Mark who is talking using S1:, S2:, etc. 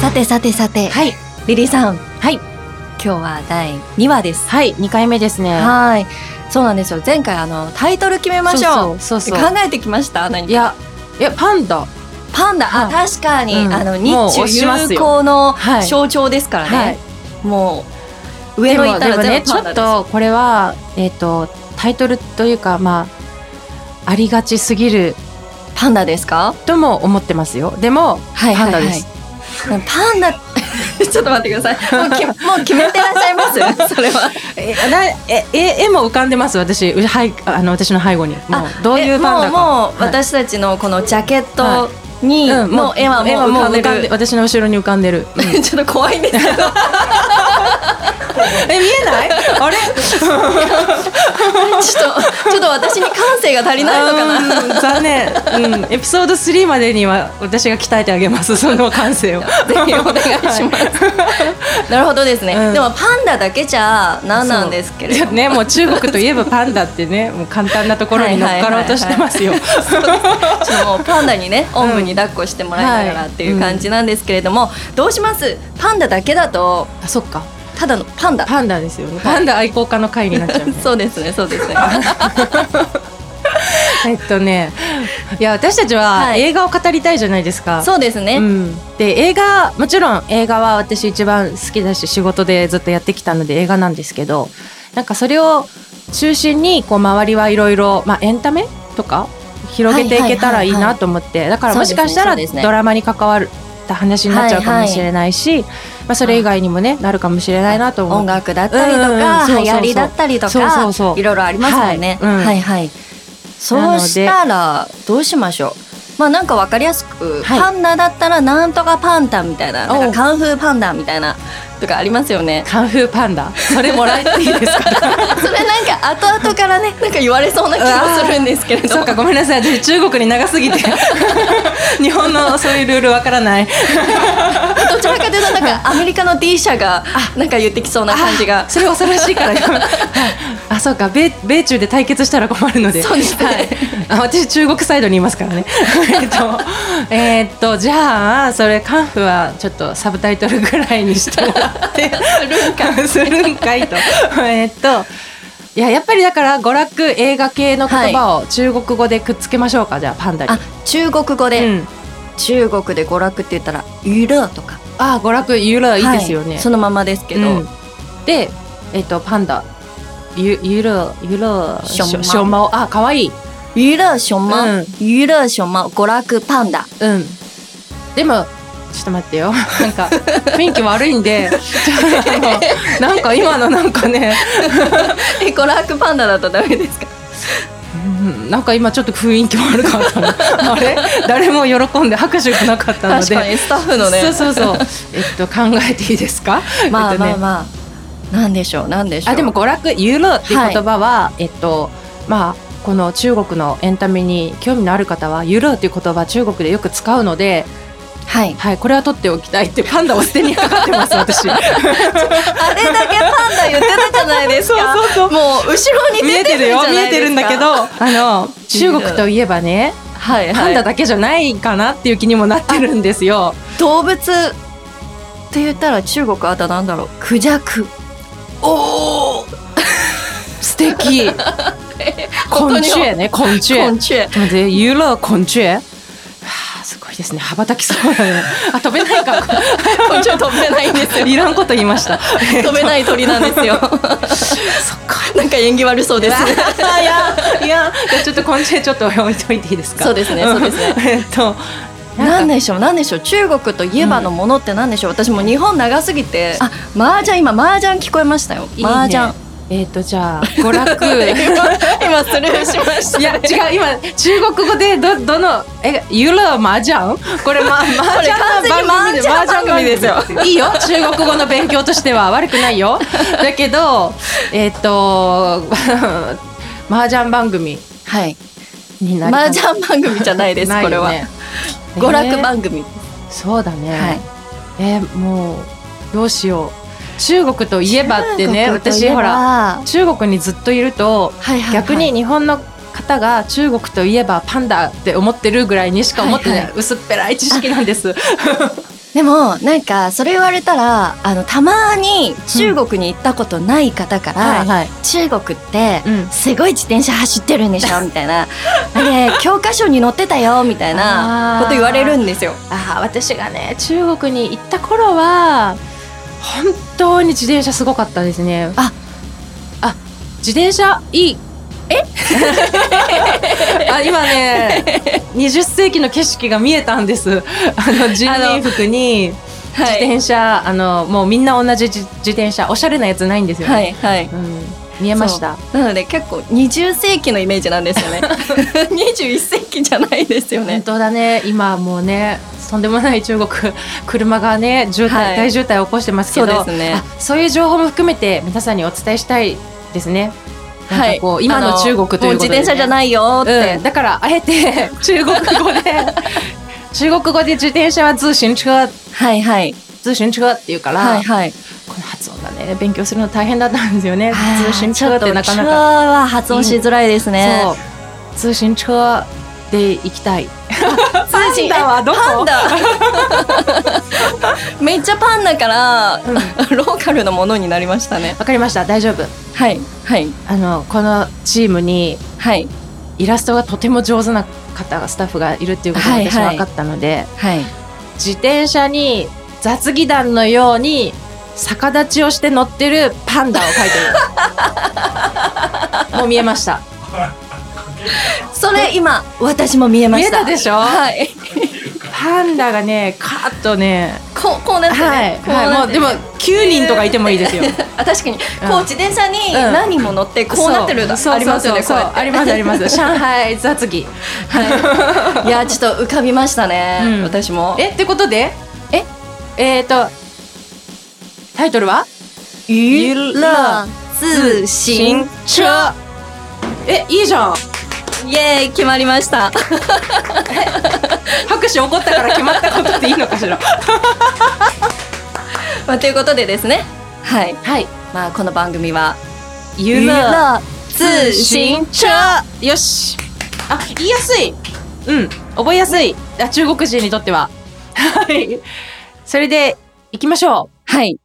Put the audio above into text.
S1: さてさて、
S2: はい、
S1: リリーさん、
S2: はい、
S1: 今日は第2話です。
S2: はい、二回目ですね。
S1: はい、そうなんですよ。前回あのタイトル決めましょう。
S2: そうそうそうそう
S1: 考えてきました。何
S2: いや、え、パンダ。
S1: パンダ、あ、
S2: は
S1: 確かに、
S2: うん
S1: あの日
S2: もう押しま
S1: 中
S2: す
S1: 友
S2: よ
S1: 好の
S2: はい
S1: 象徴ですからね。
S2: はい
S1: もう上向いた
S2: で
S1: ら
S2: もでもね、
S1: 全部
S2: ち
S1: パ
S2: ょ
S1: ンダ
S2: っ
S1: です。
S2: とこれはえっ、とタイトルというかまあありがちすぎる
S1: パンダですか？
S2: とも思ってますよ。でも
S1: はい
S2: パンダです。
S1: はいパンダ。 ちょっと待ってください。もうきもう決めてらっしゃいます。 それは。
S2: え、なええ絵も浮かんでます私。うはいあの私の背後にも
S1: あ
S2: うどうい
S1: え
S2: うパンダか。
S1: もうもう
S2: はい
S1: 私たちのこのジャケットに、
S2: うん
S1: もう絵はもう浮かんでる。
S2: 私の後ろに浮かんでる。うん
S1: ちょっと怖いんですけど
S2: え見えない？ あれ？
S1: ちょっとちょっと私に感性が足りないのかな。
S2: うん残念、うん、エピソード3までには私が鍛えてあ げますその感性を
S1: ぜひお願いし ます。なるほどですね。
S2: うん
S1: でもパンダだけじゃなんなんですけれども。
S2: ねもう中国といえばパンダってねもう簡単なところに乗っかろうとして ますよ
S1: ちょっともうパンダにね、おんぶに抱っこしてもらいながらっていう感じなんですけれども、どうしますパンダだけだと、
S2: あそっか
S1: ただのパンダ。
S2: パンダですよねパンダ愛好家の会になっちゃうね
S1: そうですね、そう ですね。
S2: えっとねいや私たちは
S1: はい
S2: 映画を語りたいじゃないですか、
S1: そうですね。
S2: うん、で映画もちろん映画は私一番好きだし仕事でずっとやってきたので映画なんですけどなんかそれを中心にこう周りはいろいろまあエンタメとか広げていけたらいいなと思って、だからもしかした
S1: そう
S2: ら
S1: ですねそうですね
S2: ドラマに関わった話になっちゃうかもしれないし、まあ、それ以外にもねなるかもしれないなと思
S1: 音
S2: う。
S1: 楽だったりとか、
S2: うんうんうんそうそうそう
S1: 流行りだったりと
S2: そうそ
S1: か
S2: うそう
S1: いろいろありますもんね。
S2: はいうん
S1: はいはい。そうしたらどうしましょう。まあなんかわかりやすく、
S2: はい。
S1: パンダだったらなんとかパンダみたいな、なんかカンフーパンダみたいなとかありますよね
S2: カンフーパンダそれもらえていいですか
S1: それなんか後々からねなんか言われそうな気がするんですけれど
S2: そ
S1: も
S2: う。かごめんなさい私中国に長すぎ て日本のそういうルールわからない
S1: どちらかというとなん かアメリカの D 社がなんか言ってきそうな感じが。
S2: それ恐ろしいからやめ あそうか米米中で対決したら困るので
S1: そうですね
S2: はい、あ私中国サイドにいますから ねえっとえっとじゃあそれカンフはちょっとサブタイトルぐらいにしてもらって するんかいとえっといややっぱりだから娯楽映画系の言葉を中国語でくっつけましょうか、じゃあパンダに
S1: あ中国語で、
S2: うん、
S1: 中国で娯楽って言ったら娱乐とか。
S2: あ娯楽ユーロいいですよね、
S1: はそのままですけど。
S2: うんで、えっと、パンダゆゆるゆる
S1: しょんま
S2: しょんまおあ可愛い
S1: 娱乐熊猫
S2: うん、
S1: 娱乐熊猫、娯楽パンダ。
S2: うんでもちょっと待ってよなんか雰囲気悪いんでちょっとなんか今のなんかね、
S1: え、娯楽パンダだとダメですか。
S2: うんなんか今ちょっと雰囲気悪かったの あれ誰も喜んで拍手がなかったの
S1: 確
S2: で
S1: かにスタッフのね。
S2: そうそうそうえっと考えていいですか
S1: ま
S2: え
S1: あ
S2: っと
S1: ま
S2: ね
S1: あまあ。なんでしょう、なんでしょう。
S2: あでも娯楽ユーロっていう言葉は、えっとまあこの中国のエンタメに興味のある方はユーロっていう言葉中国でよく使うので、
S1: はい。
S2: はい、これは取っておきたいってパンダを捨てにかかっ てます私
S1: あれだけパンダ言ってたじゃないです か。
S2: そうそうそう
S1: もう後ろに
S2: 見
S1: 出て
S2: えて
S1: る
S2: る
S1: じゃ
S2: よ
S1: ないですか。
S2: 見えてるんだけどあの中国といえばね
S1: はい、はい。
S2: パンダだけじゃないかなっていう気にもなってるんですよ。
S1: 動物。って言ったら、中国あとなんだろう。クジャク。
S2: おお素 敵昆虫やね昆虫
S1: 昆虫。
S2: ちょっと待って、ユーロ昆虫はあすごいですね。羽ばたきそうだね。あ、飛べないか。
S1: 昆虫飛べないんですよ。
S2: いらんこと言いました。
S1: 飛べない鳥なんです よ。
S2: そっか。
S1: なんか縁起悪そう ですね。
S2: いや、いや、じゃあちょっと昆虫ちょっと置いといていいですか。
S1: そうですねそうですね。
S2: えっと、
S1: なんでしょう、なんでしょう、中国といえばのものってなんでしょう、私もう日本長すぎて。あ、麻雀、今麻雀聞こえましたよ。麻雀。
S2: えっと、じゃあ、娯楽。
S1: 今、今スルーしました、
S2: い
S1: ね。
S2: や、違う、今、中国語で、ど、どの、え、ユーロ麻雀。これ、ま、麻雀の番組で、
S1: これ完全に麻雀番組ですよ
S2: 麻雀番組ですよ。いいよ、中国語の勉強としては、悪くないよ。だけど、えっと、 麻雀番組。
S1: はい。
S2: になり
S1: 麻雀番組じゃないです、これは。娯楽
S2: 組
S1: 番組。
S2: そうだね、
S1: はい
S2: えーもうどうしよう中国といえばってね
S1: 中国とい
S2: 私
S1: えば
S2: ほら
S1: は
S2: 中国にずっといると
S1: いはいはい
S2: 逆に。日本の方が中国といえばパンダって思ってるぐらいにしか思ってない、
S1: はいは
S2: 薄っぺらい知識なんです
S1: でもなんかそれ言われたらあのたまに中国に行ったことない方から、
S2: はいはい
S1: 中国って
S2: うん
S1: すごい自転車走ってるんで しょみたいなあれ教科書に載ってたよみたいなこと言われるんですよ。
S2: あー私がね中国に行った頃は本当に自転車すごかったですね
S1: あ
S2: あ自転車いいえ あ今ね20世紀の景色が見えたんですあの人民服に
S1: は
S2: 自
S1: い
S2: 転車、あのもうみんな同じ自自転車おしゃれなやつないんですよ、
S1: はいはい
S2: うん、見えました
S1: そうなので結構20世紀のイメージなんです よね21世紀じゃないですよ
S2: 本
S1: ね
S2: 当だね今もうねとんでもない中国車がね渋滞、
S1: はい
S2: 大渋滞を起こしてますけど
S1: そうですね
S2: あそういう情報も含めて皆さんにお伝えしたいですね。なんかこう、今の中国ということで、ね、
S1: も自転車じゃ
S2: い
S1: ないよって、
S2: うん、だからあ えて中国語で中国語で自転車は通信車
S1: はいはい
S2: 通信車っていうから、
S1: はいはい
S2: この発音がね勉強するの大変だったんですよね
S1: あー
S2: 通信車ってなかな
S1: ちょっと
S2: か。
S1: 車は発音しづらいですね、
S2: そう通信車で行き たい。
S1: 通信
S2: パンダはどこ
S1: パンダめっちゃパンだから、
S2: ん
S1: ローカルのものになりましたね
S2: わかりました大丈夫。
S1: はいはい
S2: あのこのチームに
S1: はい
S2: イラストがとても上手な方がスタッフがいるっていうことが
S1: はい
S2: 私
S1: はい
S2: 分かったので、
S1: はい
S2: 自転車に雑技団のように逆立ちをして乗ってるパンダを描 いてるもう見えました
S1: それ今私も見えました
S2: 見え たでしょ
S1: はい
S2: パンダがねカーッとね
S1: こうこうなってね、
S2: はい、
S1: こうなって
S2: はい、もうでも9人とかいてもいいですよ
S1: あ確かに、こう自転車に何人も乗ってこうなってるの
S2: そう
S1: ありますよね
S2: そうそうそう
S1: こう
S2: ありますあります 上海雑技
S1: はい、いやちょっと浮かびましたね、
S2: うん
S1: 私も
S2: えってことで
S1: え
S2: えっ、とタイトルは
S1: ゆ
S2: ら
S1: 通信
S2: 車えいいじゃん
S1: イエーイ決まりました
S2: 拍手起こったから決まったことっていいのかしら
S1: まあ、ということでですねはい、
S2: はい
S1: まあ、この番組は「
S2: ゆ
S1: ゆ
S2: ら
S1: ら通信
S2: 車よしあ言いやすいうん覚えやすい あ中国人にとってははいそれで行きましょう」
S1: はい